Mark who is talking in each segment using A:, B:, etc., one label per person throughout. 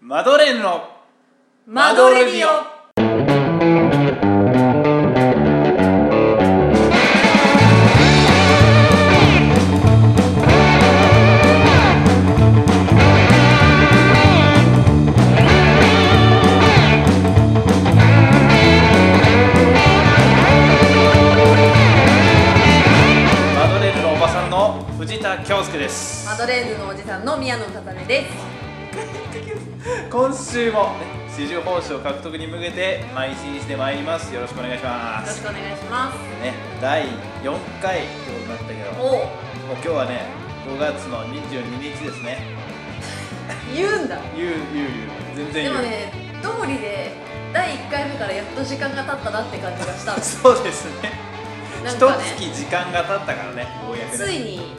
A: マドレーヌの
B: マドレディオ
A: マドレーヌのおばさんの藤田恭介です
B: マドレーヌのおじさんの宮野たためです
A: 今週もね紫綬褒章獲得に向けて邁進してまいりますよろしくお願いしま
B: よろし
A: す
B: くお願いします
A: ね第4回ってことになったけどもう
B: お
A: 今日はね5月の22日ですね
B: 言うんだ
A: 言う言う言う全然
B: で
A: 言う
B: もね通りで第1回目からやっと時間が経ったなって感じがし た
A: そうですね
B: な
A: 一
B: んかね
A: 月時間が経ったからねようやくね
B: ついに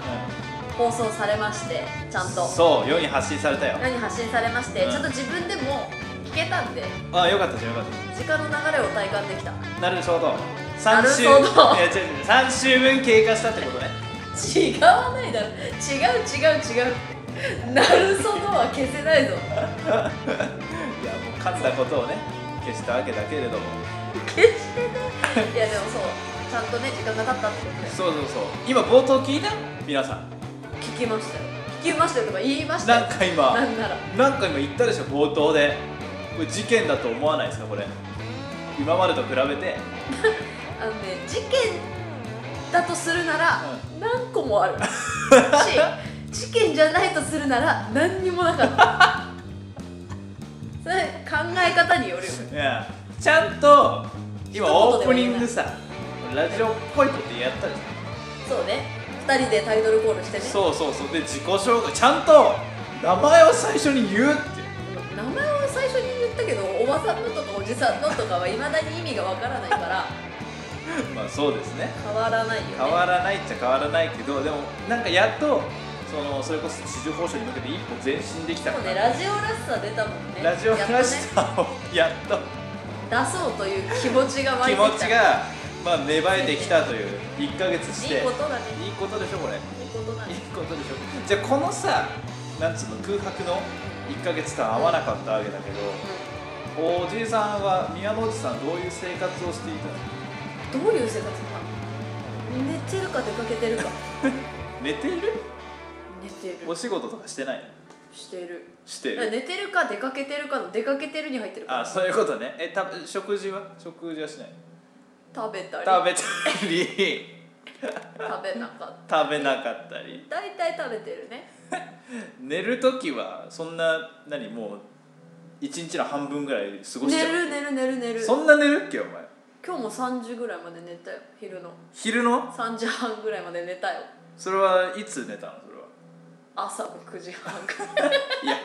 B: 放送されましてちゃん
A: う
B: と
A: んそう世に発信されたよ
B: 世に発信されまして、
A: うん
B: ちゃんと自分でも聞けたんで
A: あよかったじゃんよかったじ
B: 時間の流れを体感できた
A: ゃんなるほど3週
B: なるほど
A: いや違う違う3週分経過したってことね
B: 違わないだろ違う違う違うなるそのは消せないぞ
A: いやもう勝ったことをね消したわけだけれども
B: 消してないいやでもそうちゃんとね時間が経ったってことで
A: そうそうそう今冒頭聞いた皆さん
B: 聞きましたよ聞きましたよとか言いましたよ
A: なんか今
B: なんなら
A: なんか今言ったでしょ冒頭でこれ事件だと思わないですかこれ今までと比べて
B: あのね事件だとするなら何個 もあるし事件じゃないとするなら何にもなかった それ考え方によるよ
A: いやちゃんと今
B: 一言では
A: オープニングさラジオっぽいことやったでし
B: そうね2人でタイトルコールしてね
A: ょそうそうそうで自己紹介ちゃんと名前を最初に言うって
B: 名前は最初に言ったけどおばさんのとかおじさんのとかはいまだに意味がわからないから
A: まあそうですね
B: 変わらないよね
A: 変わらないっちゃ変わらないけどでもなんかやっとそのそれこそ市場報酬に向けて一歩前進できた
B: もう
A: な
B: ねラジオらしさ出たもんね
A: ラジオらし
B: やっとね
A: さをやっと
B: 出そうという気持ちが湧い
A: 気
B: てきた
A: 持ちがまあ芽生えてきたという1ヶ月して
B: いいことだね
A: いいことでしょこれい
B: いいことだね
A: いことでしょじゃあこのさなんつうの空白の1ヶ月間会わなかったわけだけどおじいさんは宮野おじさんどういう生活をしていたの
B: うんどういう生活なの寝てるか出かけてるか
A: 寝てる
B: 寝て
A: お
B: る
A: 仕事とかしてないの
B: してる
A: して
B: 寝
A: る
B: てるか出かけてるかの出かけてるに入ってるか
A: あ
B: ら
A: そういうことねえた食事は食事はしない
B: 食べたり
A: 食べたり
B: 食べなかった
A: 食べなかったり
B: 大体食べてるね
A: 寝る時はそんな何もう一日の半分ぐらい過ごしち
B: 寝
A: ゃう
B: る寝る寝る寝る
A: そんな寝るっけお前
B: 今日も3時ぐらいまで寝たよ昼の
A: 昼の
B: 3時半ぐらいまで寝たよ
A: それはいつ寝たのそれは
B: 朝の9時半から
A: いや、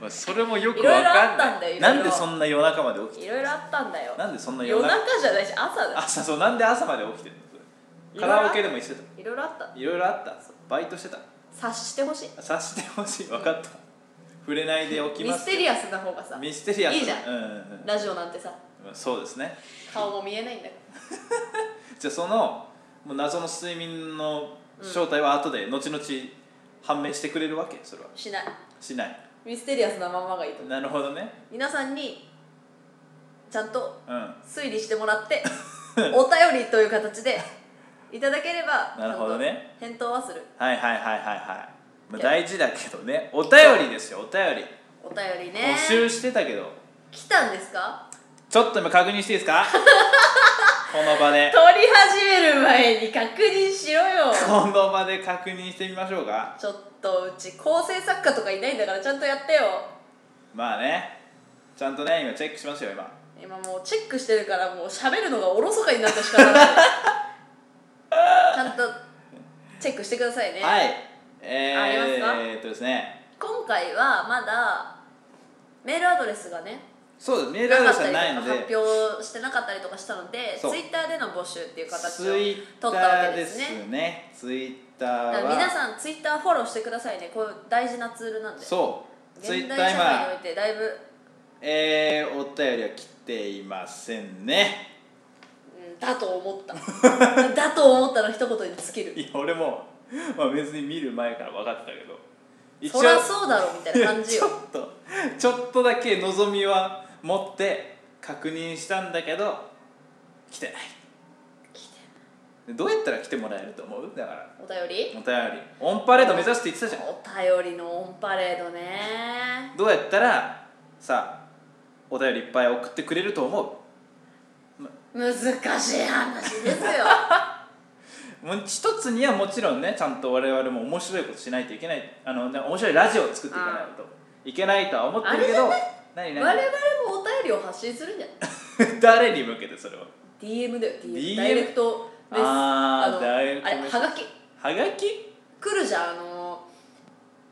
A: まあ、それもよく
B: いろ
A: わ
B: いろ
A: か
B: あ
A: ん
B: っ
A: な
B: た
A: い
B: んだよいろいろ
A: なんでそんな夜中まで 起きて
B: いろいろあったんだよ
A: なんでそんな夜
B: 夜
A: 中
B: 中じゃないし朝だ
A: 朝そうなんで朝まで起きてんのそれ
B: い
A: カ
B: ろいろあった
A: ラオケでも一緒だ
B: いろいろあった
A: いろいろあったバイトしてた
B: 察してほしい
A: 察してほしい分かった触れないで起き
B: ミ
A: ます
B: ステリアスな方がさ
A: ミステリアス
B: いいじゃん
A: うんうんうん
B: ラジオなんてさ
A: まあ、そうですね
B: 顔も見えないんだか
A: じゃあそのもう謎の睡眠の正体は後で後々判明してくれるわけそれは
B: らしない
A: しない
B: ミステリアスなままがいいと思う
A: なるほどね
B: 皆さんにちゃんと
A: うん
B: 推理してもらって お便りという形でいただければ
A: なるほどね
B: ちゃんと返答はする
A: はいはいはいはいはい、まあ、
B: で
A: 大事だけどねお便りですよお便り
B: お便りね
A: 募集してたけど
B: 来たんですか
A: ちょっと今確認していいです かこの場で
B: 撮り始める前に確認しろよ
A: この場で確認してみましょうか
B: ちょっとうち構成作家とかいないんだからちゃんとやってよ
A: まあねちゃんとね今チェックしますよ今
B: 今もうチェックしてるからもう喋るのがおろそかになってしか ないちゃんとチェックしてくださいね、
A: はいえー、
B: ありますか
A: えーっとですね
B: 今回はまだメールアドレスがね
A: そうですメー
B: な
A: ルアド
B: か
A: レス
B: った
A: は
B: りと
A: ない
B: か
A: ので
B: 発表してなかったりとかしたので
A: そう
B: ツイッターでの募集っていう形を
A: ツイ
B: 取
A: ッ
B: った
A: タ
B: わ
A: ー
B: け
A: で
B: ですす
A: ね
B: ね
A: ツイッタ
B: だか
A: ー
B: ら
A: は
B: 皆さんツイッターフォローしてくださいねこういう大事なツールなんで
A: そうツイ
B: 現
A: ッタ
B: 代
A: ー
B: 社会におい
A: 今
B: てだいぶ
A: えー、お便りは来ていません ね
B: うんだと思った だと思ったの一言に尽きる
A: いや俺も、まあ、別に見る前から分かってたけど 一
B: そりゃそうだろみたいな感 じ
A: ちょっ
B: よ
A: とちょっとだけ望みは持って確認したんだけど来てない
B: 来て
A: でどうやったら来てもらえると思うだから
B: お便り
A: お便りオンパレード目指して言ってたじゃん
B: お便りのオンパレードね
A: どうやったらさお便りいっぱい送ってくれると思
B: 難しい話ですよ
A: うもう一つにはもちろんねちゃんと我々も面白いことしないといけないあの、ね、面白いラジオを作っていかないといけないとは思ってるけど何
B: 我々
A: 何
B: もお便りを発信するんじゃな い
A: 誰に向けてそれは
B: DM だよ
A: DM
B: ダイレクトです
A: あー
B: の
A: ダイレクト
B: あれ
A: メッセ
B: はがき
A: はがき
B: 来るじゃんあの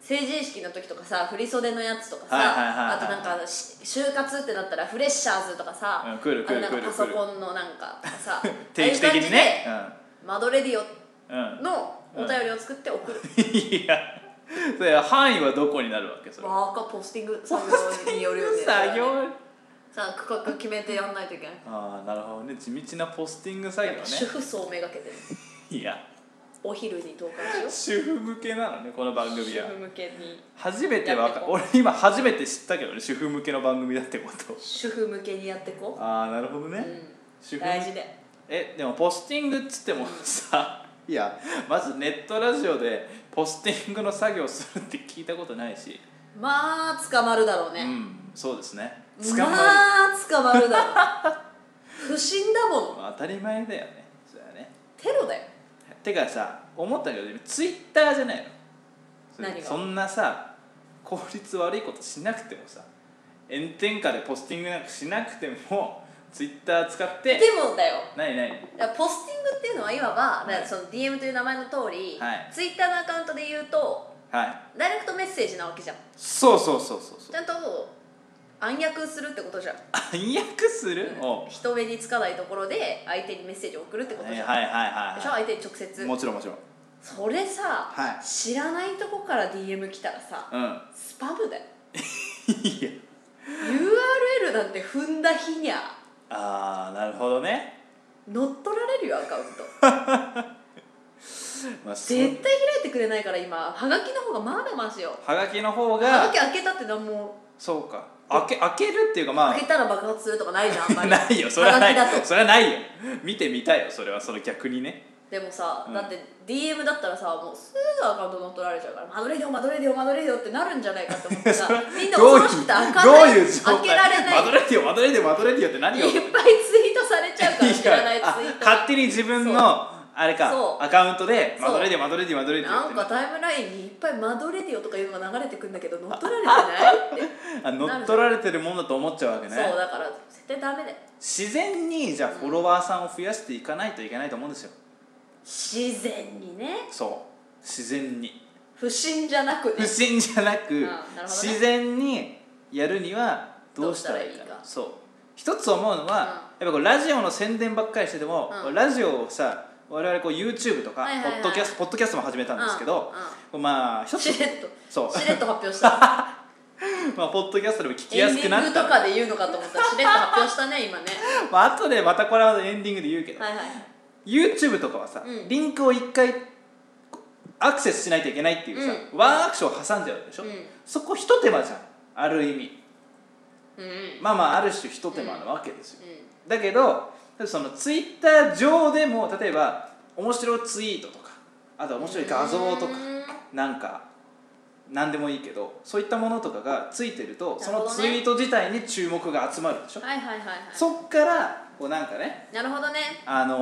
B: 成人式の時とかさ振り袖のやつとかさ、
A: はいはいはいはい
B: あとなんかあのし就活ってなったらフレッシャーズとかさ、
A: うん来る来る来
B: あのなんかパ
A: る来
B: ソ
A: る
B: コンのなんかさ
A: 定期的にね
B: ああいう感じでマドレディ
A: うん、うん
B: オのお便りを作って送る、
A: いやそれ範囲はどこになるわけそれ
B: ワーカーポスティング作業によるよね
A: 作業
B: さあ区画決めてやんないといけない、
A: ああなるほどね地道なポスティング作業ね
B: 主婦層めがけて
A: いや
B: お昼に投函し
A: 主婦向けなのねこの番
B: よう
A: 組
B: 主
A: は
B: 婦向けに
A: 初めてわか
B: やってこ
A: 俺今初めて知ったけどね主婦向けの番組だってこと
B: 主婦向けにやってこ
A: ああなるほどね、
B: う、う
A: 主
B: ん、
A: 婦
B: 大事で
A: えでもポスティングっつってもさ いやまずネットラジオでポスティングの作業するって聞いたことないし、
B: まあ捕まるだろうね、
A: うんそうですね
B: ま
A: まる
B: あ捕まるだろう不審だもん
A: 当たり前だよねそうだよね
B: テロだよ
A: てかさ思ったけどツイッターじゃないのそれ
B: 何が
A: そんなさ効率悪いことしなくてもさ炎天下でポスティングなんかしなくてもツイッター使っ
B: で
A: て
B: もだよ
A: 何何
B: だからポスティングっていうのはいわば、
A: い
B: だからその DM という名前の通り、
A: はい
B: ツイッターのアカウントで言うと
A: はい
B: ダイレクトメッセージなわけじゃん
A: そうそうそうそう
B: ちゃんと暗躍するってことじゃん
A: そう暗躍する、おう
B: 人目につかないところで相手にメッセージを送るってこと
A: はい
B: じ
A: は
B: ゃ
A: い
B: ん、
A: はい
B: でしょ
A: は
B: 相手に直
A: い
B: 接
A: もちろんもちろん
B: それさ、
A: はい
B: 知らないとこから DM 来たらさ、
A: うん
B: スパムだよ
A: いや
B: URL なんて踏んだ日にゃ
A: ああなるほどね
B: 乗っ取られるよアカウント
A: まあ そう
B: 絶対開いてくれないから今はがきの方がまだましよ
A: はがきの方
B: はが
A: が
B: き開けたって何も
A: そうか開け開けるっていうかまあ
B: 開けたら爆発するとかないじゃんあんま り
A: ないよそれはない
B: はがきだと
A: それはないよ見てみたいよそれはその逆にね
B: でもさ、
A: うん
B: だって DM だったらさもうすぐアカウント乗っ取られちゃうから「マドレディオマドレディオマドレディオ」ってなるんじゃないかって思って さみんな
A: どういう
B: 恐ろしくて開か
A: どう
B: ない
A: いう状態
B: 開けられない
A: マドレディオマドレディオマドレディオって何を
B: いっぱいツイートされちゃうから知らない
A: い
B: ツ
A: やあ
B: イート
A: 勝手に自分の
B: そ
A: あれ
B: そ
A: か
B: う
A: アカウントで
B: そう
A: マドレディオマドレディオマドレディオ
B: な
A: っ
B: ん
A: て
B: か
A: ね
B: タイムラインにいっぱい「マドレディオ」とかいうのが流れてくんだけど乗っ取られてないって
A: あ乗っ取られてるもんだと思っちゃうわけね
B: そうだから絶対ダメだよ
A: 自然にじゃあフォロワーさんを増やしていかないといけないと思うんですよ
B: 自然にね
A: そう自然に
B: 不審じゃなくね
A: 不審じゃなく、
B: んなるほどね
A: 自然にやるにはどうしたらいい
B: どうし
A: か
B: たらいいか
A: そう一つ思うのは、やっぱこうラジオの宣伝ばっかりしてても、
B: うん
A: ラジオをさ我々こう YouTube とか、
B: はいはいはい
A: ポッドキャストポッドキャストも始めたんですけど、まあ一つ
B: しれっと
A: そう
B: しれっと発表した
A: まあ、ポッドキャストでも聞き
B: エ
A: や
B: ン
A: す
B: デ
A: く
B: ィ
A: な
B: ン
A: っ
B: グ
A: た
B: とかで言うのかと思ったらしれっと発表したね今ね
A: まあ後でまたこれはエンディングで言うけど、
B: はいはい
A: YouTube とかはさ、
B: うん
A: リンクを一回アクセスしないといけないっていうさ、
B: うん
A: ワンアクションを挟んじゃうでしょ、
B: うん
A: そこ一手間じゃんある意味
B: うんうん
A: まあまあある種一手間なわけですよ、
B: うん
A: だけどそのツイッター上でも例えば面白いツイートとかあとは面白い画像とかなんか何でもいいけどそういったものとかがついてるとそ
B: な
A: の
B: るほど
A: ツ
B: ね
A: イート自体に注目が集まるでしょ、
B: はいはいはいはい
A: そっからこうなんかね
B: なるほどね
A: あの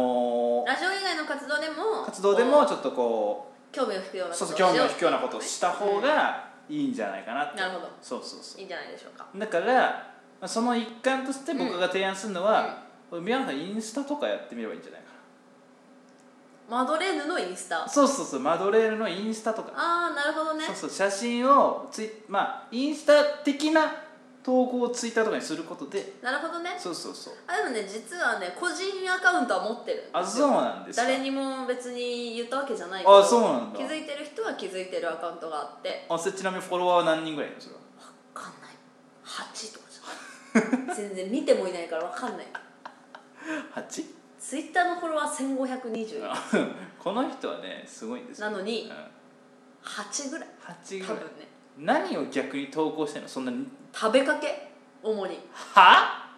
A: ー
B: ラジオ以外の活動でも
A: 活動で
B: こ
A: もちょっとこ
B: う興味を引くよう
A: う
B: な
A: そうそう
B: 活動
A: 興味
B: をしよ
A: を引くようなことをした方がいいんじゃないかなって
B: なるほど
A: そうそうそう
B: いいんじゃないでしょうか
A: だからまあその一環として僕が提案するのは、宮野さんインスタとかやってみればいいんじゃないか
B: マドレーヌのインスタ
A: なそうそうそうマドレールのインスタとか、
B: ああなるほどね
A: そうそう写真をツイまあインスタ的な投稿をツイッターとかにすることで
B: なるほどね
A: そうそうそう
B: あでもね実はね個人アカウントは持ってるんですよ
A: あそうなんですか
B: 誰にも別に言ったわけじゃない
A: あそうなんだ
B: 気づいてる人は気づいてるアカウントがあって
A: あそれちなみにフォロワーは何人ぐらいいるんですか
B: 分かんない8とかじ ゃない全然見てもいないから分かんない
A: 8?
B: ツイッターのフォロワー1520
A: この人はねすごいんですよ
B: なのに
A: うん
B: 8ぐらい
A: 8ぐ
B: 多
A: らい
B: 分ね
A: 何を逆に投稿してんのそんなに
B: 食べかけ主に
A: は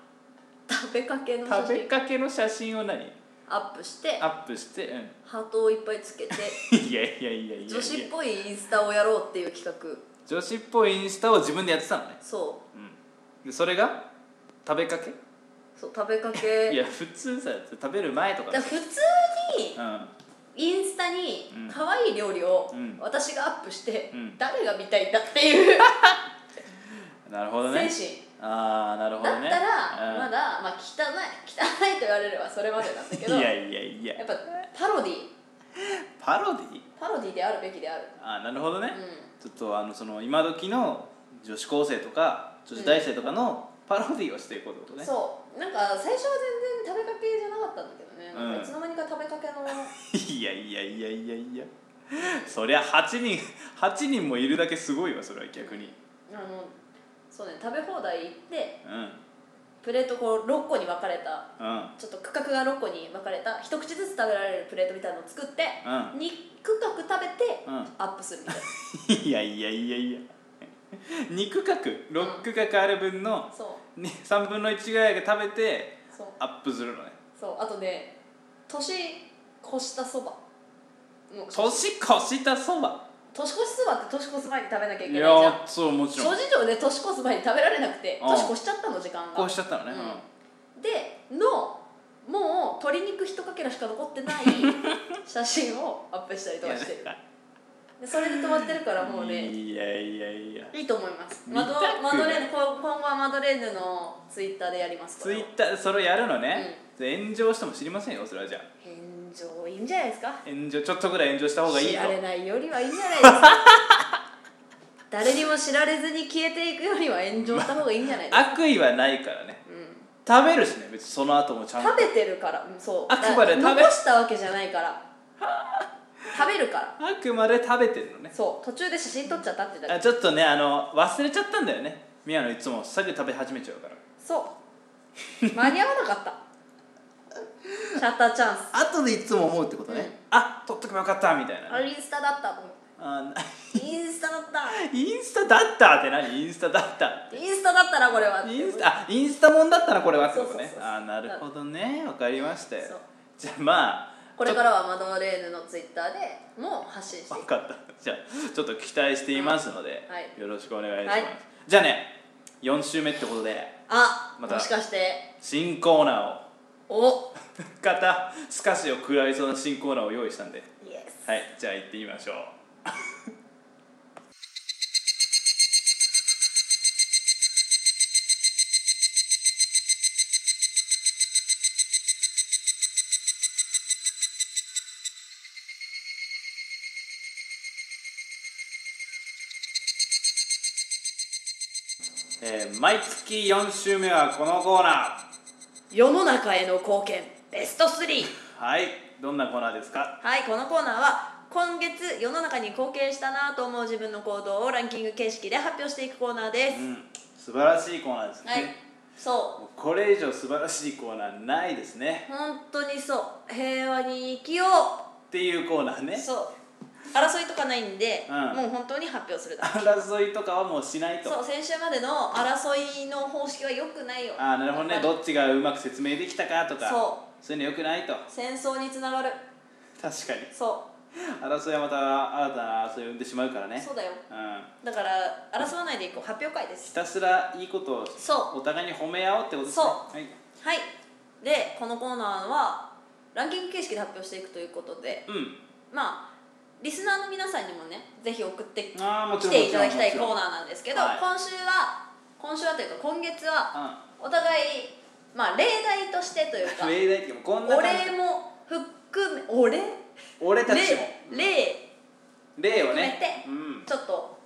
B: 食べかけの写
A: 食べ
B: 真
A: かけの写真を何
B: アップして
A: アップして、うん
B: ハートをいっぱいつけて
A: いやいやいやいやいや
B: 女子っぽいインスタをやろうっていう企画
A: 女子っぽいインスタを自分でやってたのね、
B: そ
A: うん、でそれが食べかけ
B: うそう食べか け
A: いや普通さ食べる前とか
B: だから普通に
A: う
B: インスタに
A: うん
B: 可愛い料理を
A: うん
B: 私がアップして、
A: うん
B: 誰が見たいんだっていう
A: んなるほど
B: 精
A: ね
B: 神、
A: ああなるほ
B: だ
A: ど
B: っ
A: ね
B: たら、
A: うん
B: まだ、まあ、汚い汚いと言われればそれまでなんだけ ど
A: い
B: や
A: やいやいや
B: っぱパロディ
A: パロディ
B: パロディであるべきである
A: あーなるほどね、
B: う
A: ちょっとあのその今時の女子高生とか女子大生とかのパロディをしていこうってこと
B: ん、
A: ね、
B: そうなんか最初は全然食べかけじゃなかったんだけどね、
A: うん
B: なんかいつの間にか食べかけの
A: いやいやいやいやいやそりゃ8人8人もいるだけすごいわそれは 逆に
B: あのそうね食べ放題行って
A: うんうん
B: プレートこう6個に分かれた
A: うん
B: ちょっと区画が6個に分かれた一口ずつ食べられるプレートみたいなのを作って、
A: う
B: 2区画食べて、
A: うん
B: アップする みたいない
A: やいやいやいや2区画6区画ある分の
B: そう
A: 3分の1ぐらいが食べて
B: そう
A: アップするのね
B: そうあとね年越したそばもう年
A: 年越したそば
B: 越しそばって年越す前に食べなきゃ
A: い
B: いけないじゃ
A: や
B: ん
A: そうもちろ
B: 諸
A: ん
B: 事情で年越す前に食べられなくて
A: うん
B: 年越しちゃったの時間
A: こ
B: が
A: うしちゃったのね
B: うん
A: うん
B: でのもう鶏肉一かけらしか残っ てない写真をアップしたりとかしてるでそれで止まってるからもうね
A: いやいやいや
B: いいと思います
A: 見た
B: マ
A: く
B: ド
A: ない
B: マドレーヌ今今後はマドレーヌのツイッターでやりますこ
A: ツイ
B: れを
A: ッターそれをやるのね、炎上しても知りませんよそれはじゃあ
B: 炎上いいんじゃないですか
A: 炎上ちょっとぐらい炎上した方がいい
B: 知
A: よ
B: られないよりはいいんじゃないですか 誰にも知られずに消えていくよりは炎上した方がいいんじゃないですか、
A: 悪意はないからね
B: うん
A: 食べるしね別にその後もちゃんと
B: 食べてるからうんそう
A: あくまで食べ
B: だ残したわけじゃないから食べるから
A: あくまで食べてるのね
B: そう途中で写真撮っちゃったってだ
A: あ
B: け
A: ちょっとねあの忘れちゃったんだよね宮野いつもすぐ食べ始めちゃうから
B: そう間に合わなかった シャッターチャンス
A: 後でいつも思うってことね、
B: うん
A: あ撮っとけばよかったみたいな
B: あ
A: ね、
B: れインスタだったと思
A: あ
B: うインスタだった
A: インスタだったって何インスタだった
B: インスタだったらこれは
A: インスタあインスタもんだったらこれはってこと
B: そう
A: ね
B: そうそうそう
A: あなるほどねわかりましたよ
B: そう
A: じゃあまあ
B: これかららはマドレーヌのツイッターでも発信してい
A: 分
B: く
A: かったじゃあちょっと期待していますので、
B: うんはい
A: よろしくお願いします、
B: はい
A: じゃあね4週目ってことで
B: あ、
A: また
B: もしかして
A: 新コーナーを
B: お
A: 方スカシを食らいそうな新コーナーを用意したんで
B: イエス
A: はいじゃあ行ってみましょうえー毎月4週目はこのコーナー
B: 世の中への貢献ベスト3
A: はいどんなコーナーですか
B: はいこのコーナーは今月世の中に貢献したなと思う自分の行動をランキング形式で発表していくコーナーです、
A: うん、素晴らしいコーナーですね、
B: はいそ
A: もうこれ以上素晴らしいコーナーないです
B: う
A: ね
B: 本当にそう平和に生きよ
A: っていうコーナー
B: う
A: ね
B: そう争いとかないんで、
A: うん
B: もう本当に発表するだけ
A: 争いとかはもうしないと
B: そう先週までの争いの方式は良くないよ
A: ああなるほどね
B: やっぱり
A: どっちがうまく説明できたかとか
B: そう
A: いうのよくないと
B: 戦争につながる
A: 確かに
B: そ
A: 争いはまた新たな争いを生んでしまうから
B: う
A: ね
B: そうだよ
A: うん、
B: だから争わないでいこう発表会です
A: ひたすらいいことを
B: そう
A: お互いに褒め合おうってことですね
B: そう
A: はい
B: はいでこのコーナーはランキング形式で発表していくということで
A: うん
B: まあリスナーの皆さんにもねぜひ送ってき
A: ああもちろん
B: ていただきたい
A: もちろん
B: コー
A: も
B: ナーなんですけど、
A: はい
B: 今週は今週はというか今月
A: ちろ
B: は
A: ん
B: お互いまあ例題としてという か
A: うん命題っていうかこんな
B: お
A: 感じ
B: 礼も含めお礼
A: 俺たちも
B: 例例
A: 例を
B: 含め
A: ね
B: て
A: うん
B: ちょっと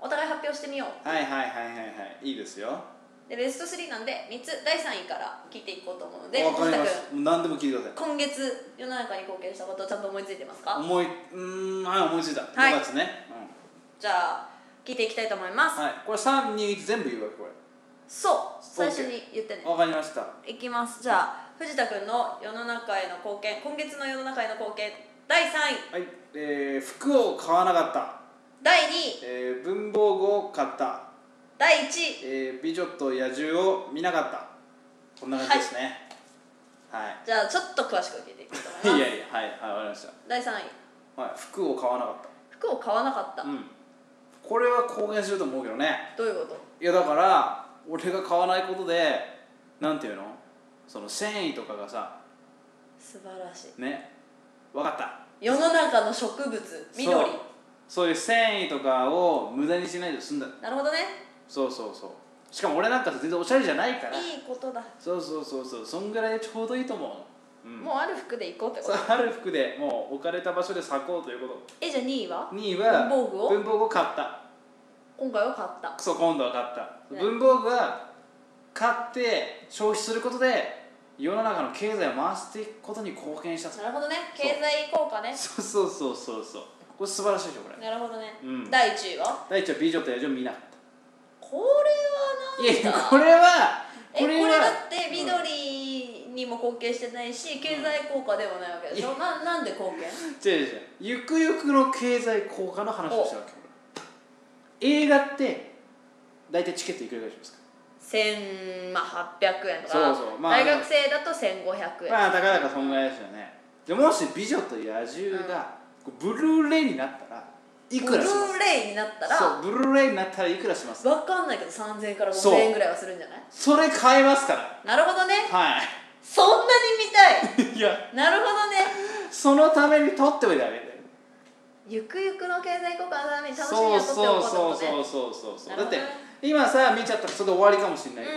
B: お互い発表してみよう
A: はいはいはいはいはいいいですよ
B: でベスト3なんで3つ第3位から聞いていこうと思うので
A: わかりま
B: 藤田
A: すもう何でも聞いてくだ
B: 君今月世の中に貢献したことちゃんと思いついてますか
A: さい思いうーんはい思いついた
B: はい
A: 5月ね、
B: じゃあ聞いていきたいと思います、
A: うんはい、これ321全部言うわけこれ
B: そう最初に言ってね
A: わかりました
B: いきますじゃあ藤田君の世の中への貢献今月の世の中への貢献第3位
A: はいえー、服を買わなかった
B: 第2位
A: えー文房具を買った、
B: 第1位
A: えー美女と野獣を見なかったこんな感じですねはい、
B: じゃあちょっと詳しく聞いていこ う
A: い、
B: と思いま
A: やいやはいはいわかりまし
B: す第3位
A: た、はい、服を買わなかっ
B: 服を買わなかっ
A: た
B: た
A: うんこれは公言してると思うけどね
B: どういうこと
A: いやだから俺が買わないことでなんていうのその繊維とかがさ
B: 素晴らしい
A: ね分かった
B: 世の中の植物緑
A: そうそういう繊維とかを無駄にしないで済んだ
B: なるほどね
A: そうそうそうしかも俺なんかさ全然おしゃれじゃないから
B: いいことだ、
A: そうそうそうそうそんぐらいでちょうどいいと思う、うん、
B: もうある服で行こうって
A: そ
B: こ
A: う
B: と
A: ある服でもう置かれた場所で咲こうというこ
B: えじゃあ2位は
A: と2位は
B: 文房具を
A: 文房具を買った
B: 今回は買った
A: そう今度は買った、
B: ね
A: 文房具は買って消費することで世の中の経済を回していくことに貢献したと
B: なるほどね
A: そう
B: 経済効果ね
A: そうそうそうそうそうこれ素晴らしいでしょこれ
B: なるほどね、
A: うん
B: 第1位は
A: 第一は美女と野獣見なかっ
B: こ
A: たい
B: れ
A: や
B: は
A: い
B: なんだ
A: やこれは
B: えこれだって緑にも貢献してないし経済効果でもないわけでしょ、ななんで貢献
A: 違う違う違うゆくゆくの経済効果の話をしてるわけ俺映画って大体チケットいくらぐらいしますか
B: 千まあ800円とか
A: そうそうまあ
B: 大学生だと1500円、
A: まあたかだかそんぐらいですよねでもし「美女と野獣」がこうブルーレイになったらいくらし
B: ブルーレイになった
A: ますそう
B: ら
A: ブルーレイになったらいくらします
B: 分かんないけど3000円から
A: そう
B: 5000円ぐらいはするんじゃない
A: それ買えますから
B: なるほどね
A: は
B: そんなに見 たい
A: いいや
B: なるほどね
A: そのために取っておいてあげて
B: ゆくゆくの経済効果のために楽し
A: そう
B: みをとって
A: そ
B: お
A: う
B: こう
A: そう
B: ってことね
A: そうそうそうそう
B: な
A: だっ
B: るほど
A: て
B: ね
A: 今さ見ちゃったらそれで終わりかもしれないけど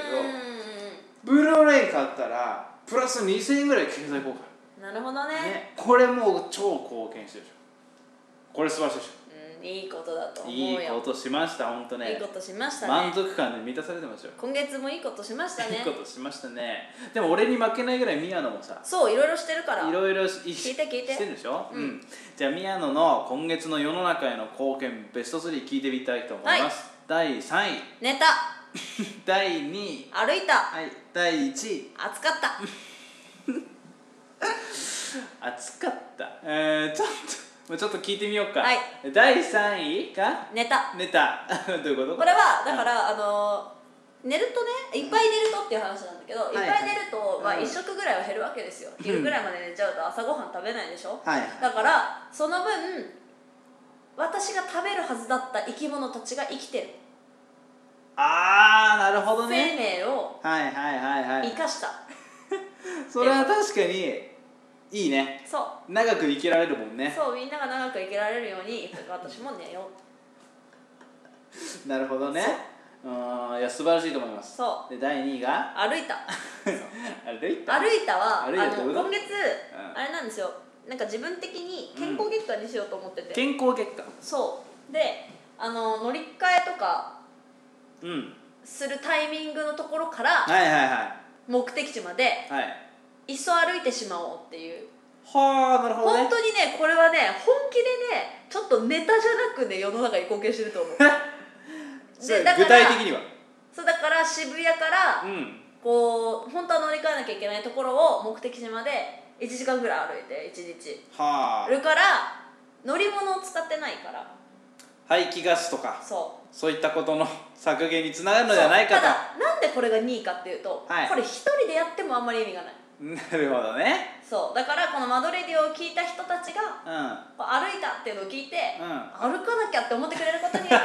A: ブルーレイ買ったらプラス2000円ぐらい経済効果
B: うんなるほどね
A: ね、これもう超貢献してるでしょこれ素晴らしいでし
B: うんいいことだと
A: ょ
B: 思う
A: い
B: よ
A: いことしました本当ね
B: いいことしました
A: 満
B: ね
A: 足感で満たされてますよ
B: 今月もいいことしました
A: いい
B: ね
A: ことしましたねでも俺に負けないぐらい宮野もさ
B: そういろいろしてるから
A: いろいろ聞
B: 聞いて聞いて
A: してるでしょ、
B: うん
A: じゃあ宮野の今月の世の中への貢献ベスト3聞いてみたいと思います、第3位
B: 寝た
A: 第2位
B: 歩いた
A: はい第1位
B: 暑かった
A: 暑かったえー、ちょっと もうちょっと聞いてみようか、
B: はい
A: 第3位が
B: 寝た
A: 寝た どういうこと
B: これはだからあの寝るとねいっぱい寝るとっていう話なんだけど、
A: い
B: いっぱい寝ると、まあ、
A: うん
B: 1食ぐらいは減るわけですよ昼ぐらいまで寝ちゃうと朝ごはん食べないでしょ、
A: はい
B: だからその分私が食べるはずだった生き物たちが生きてる、
A: ああなるほど
B: 生
A: ね
B: 命を
A: はいはいはいは
B: 生
A: い
B: かした、
A: それは確かにいいね
B: そう
A: 長く生きられるもんね
B: そうみんなが長く生きられるように私も寝よ
A: なるほどねうーんいや素晴らしいと思いま
B: う
A: す
B: そう
A: で第2位が
B: 歩いた
A: 歩いた
B: 歩いたはあ
A: 歩いたってこ
B: の
A: と
B: 今月、
A: うん
B: あれなんですよなんか自分的に健康月間にしようと思ってて、
A: 健康結果
B: そうであの乗り換えとか
A: うん
B: するタイミングのところから
A: はいはい
B: 目的地まで
A: はいはい
B: いっそ歩いてしまおうっていう
A: はあなるほど
B: 本
A: ね
B: 当にねこれはね本気でねちょっとネタじゃなくね世の中に貢献してると思う
A: それ
B: だから
A: 具体的には
B: そうだから渋谷から
A: うん
B: こう本当は乗り換えなきゃいけないところを目的地まで1時間ぐらい歩いて1日
A: は
B: るから乗り物を使ってないから
A: あ排気ガスとか
B: そう
A: そういったことの削減につながるのではないか
B: そうただなんでこれが2位かっていうと、
A: はい
B: これ一人でやってもあんまり意味がない
A: となるほどね
B: そうだからこの「マドレディ」を聞いた人たちが
A: う
B: こう歩いたっていうのを聞いて、
A: ん
B: 歩かなきゃって思ってくれることによっ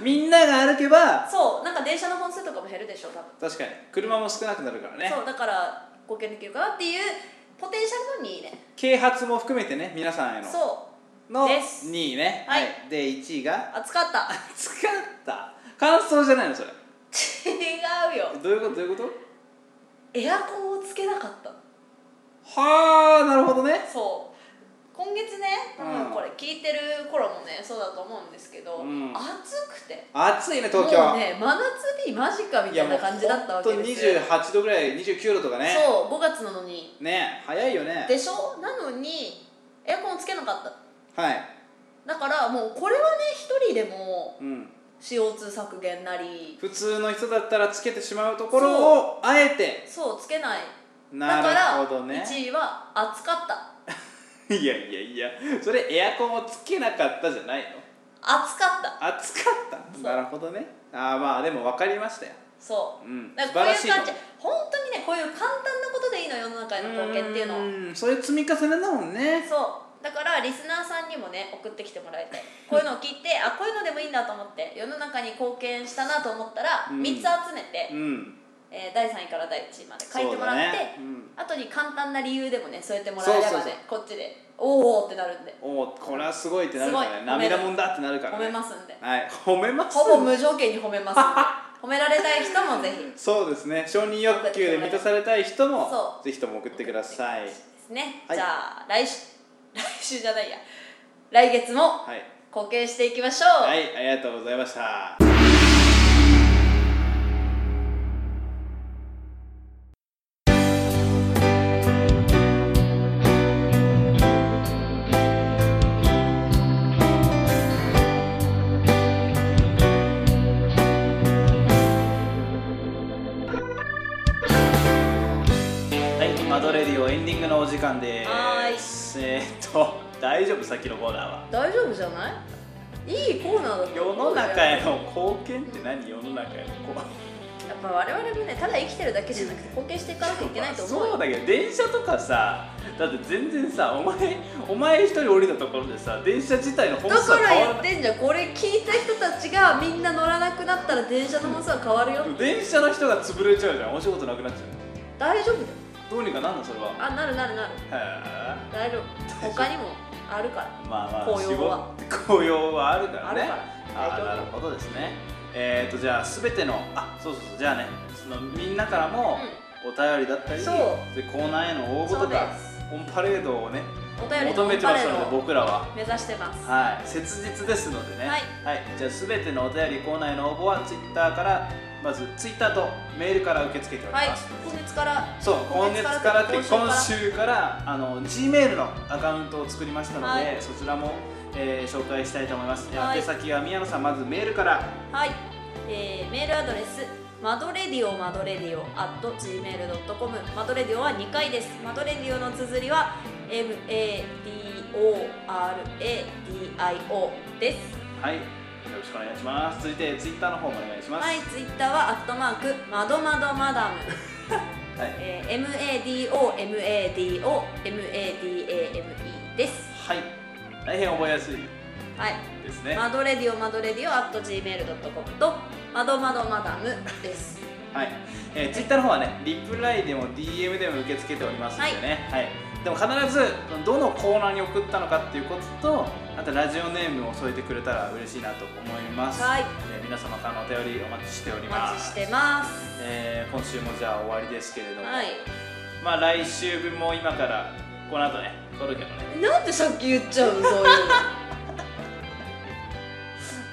A: んみんなが歩けば
B: そうなんか電車の本数とかも減るでしょ多分、
A: 確かに車も少なくなるからね
B: そうだから貢献できるかなっていうポテンシャルの2位ね
A: 啓発も含めてね皆さんへの
B: そう
A: の
B: です
A: 2位ね
B: はい
A: で1位が
B: 暑かった
A: 暑かった感想じゃないのそれ
B: 違うよ
A: どういうことどういうこと
B: エアコンをつけなかった
A: はあなるほどね
B: そう今月ね多
A: うん
B: 分これ聞いてる頃もねそうだと思うんですけど、
A: うん
B: 暑くて
A: 暑いね東京
B: もうね真夏日マジかみたいな感じだったわけですよ
A: ほんと28度ぐらい29度とかね
B: そう5月なのに
A: ね早いよね
B: でしょなのにエアコンつけなかった
A: はい
B: だからもうこれはね一人でも
A: うん、
B: CO2 削減なり
A: 普通の人だったらつけてしまうところをあえて
B: そうつけないだか
A: な
B: ら
A: るほどね
B: 1位は暑かった
A: いやいやいやそれエアコンをつけなかったじゃないの
B: 暑かった
A: 暑かった
B: そう
A: なるほどねああまあでも分かりましたよ、、
B: そううんだからこういう感
A: 素
B: じ本当にねこういう簡単なことでいいの世の中への
A: 晴らし
B: 貢献っていうのは
A: んそういう積み重ねだもんね
B: そうだからリスナーさんにもね送ってきても らいたいこういうのを聞いてあこういうのでもいいんだと思って世の中に貢献したなと思ったら
A: うん
B: 3つ集めて、
A: うん
B: えー第3位から第1位まで書い
A: そ
B: て
A: う
B: もら
A: だ
B: って、
A: ね、うん、
B: 後に簡単な理由でもね添えてもらえればね
A: そうそう
B: こっちでおーおーってなるんで
A: おおこれはすごいってなるから
B: すご
A: ね
B: い
A: 涙もんだってなるから、
B: 褒
A: ね、
B: めますんで
A: はい褒めます
B: ほぼ無条件に褒めますん で褒められたい人もぜひ
A: そうですね承認欲求で満たされたい人も
B: そ
A: ぜひとも送ってください
B: 送ってほしですね、
A: はい
B: じゃあ来週来週じゃないや来月も
A: はい、
B: 貢献していきましょう、
A: はい、ありがとうございましたはい、マドレディオエンディングのお時間です。えーっと、大丈夫、さっきのコーナーは。
B: 大丈夫じゃないいいコーナーだと
A: 世
B: 思
A: の
B: うよ
A: 中への貢献って何世の中への貢献
B: やっぱ我々もねただ生きてるだけじゃなくて貢献していかなきゃいけないと思う
A: そう
B: よ
A: だけど電車とかさだって全然さお前お前一人降りたところでさ電車自体の
B: だ
A: 本数
B: か
A: は
B: ら
A: 変わ
B: や
A: ら
B: っ
A: ない
B: てんじゃんこれ聞いた人たちがみんな乗らなくなったら電車の本数は変わるよ
A: 電車の人が潰れちゃうじゃんお仕事なくなっちゃう
B: 大丈夫だよ
A: どうにかなんだそれはへ
B: あなるなるなる
A: え
B: 大丈夫他にもあるから
A: まあまあ
B: 紅葉は
A: 仕事紅葉はあるから
B: ある
A: ね
B: から
A: あ
B: 大
A: ーな
B: 丈
A: る
B: 夫
A: ほどですねえー、とじゃあ全てのあそうそうそうじゃあねそのみんなからもお便りだったり、
B: そう
A: でコーナーへの応募
B: そ
A: と
B: うで
A: かオンパレードをね
B: お便りの
A: 求
B: オ
A: め
B: ン
A: て
B: パ
A: ま
B: レ
A: すの
B: ー
A: で
B: ドを
A: 僕らは
B: 目指してます
A: はい、切実ですのでね、
B: はい
A: じゃあ全てのお便りコーナーへの応募はツイッターからまずツイッターとメールから受け付けてお
B: は
A: り
B: い
A: ます、
B: 今月から
A: そう今月からって今
B: 今
A: 週からあの G メールのアカウントを作りましたので、
B: はい
A: そちらも、えー紹介したいと思います、で
B: はい
A: 宛先は宮野さんまずメールから
B: はい、えーメールアドレスマドレディオマドレディオ at gmail.com マドレディオは2回ですマドレディオの綴りは MADORADIO です
A: はいよろしくお願いします続いてツイッターの方もお願いします
B: はいツイッターはアットマークマドマドマダム、
A: はい
B: えー MADOMADOMADAME です
A: はい大変覚えやすい
B: はい
A: ですね、
B: マドレディオマドレディオ at gmail.com とマドマドマダムです
A: はい、えー、ツイッターの方はねリプライでも DM でも受け付けておりますのでね、はいでも必ずどのコーナーに送ったのかっていうこととあとラジオネームを添えてくれたら嬉しいなと思います、
B: はい
A: えー皆様からのお便りお待ちしており
B: お
A: ま
B: 待ち
A: す
B: してます
A: えー今週もじゃあ終わりですけれども、
B: はい
A: まあ来週分も今からこの後ね撮るけどね、
B: なんでさっき言っちゃうのそういうの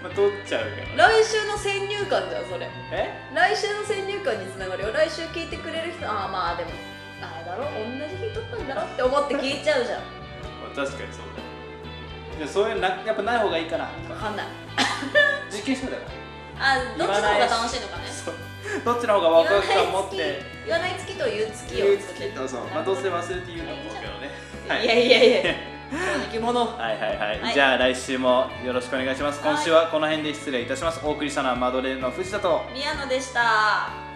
A: まあ、撮っちゃうけどね
B: 来週の先入観じゃんそれ
A: え
B: 来週の先入観につながるよ来週聞いてくれる人ああまあでもああだろ同じ日撮ったんだろって思って聞いちゃうじゃん
A: まあ確かにそうだでそういうのなやっぱない方がいいかな
B: 分かんない
A: 実験して みたよ
B: あどっちの方が楽しいのかね
A: そうどっちの方がワクワク感持って
B: 言わない月という月
A: 言
B: を
A: う
B: 作っ
A: つ
B: て
A: きとそう、まあ、どうせ忘れて言うと思うけどねはい
B: いやいや いや生き物
A: はいはいはい、
B: はい
A: じゃあ来週もよろしくお願いします
B: はい
A: 今週はこの辺で失礼いたしますお送りしたのはマドレーヌの藤田と
B: 宮野でした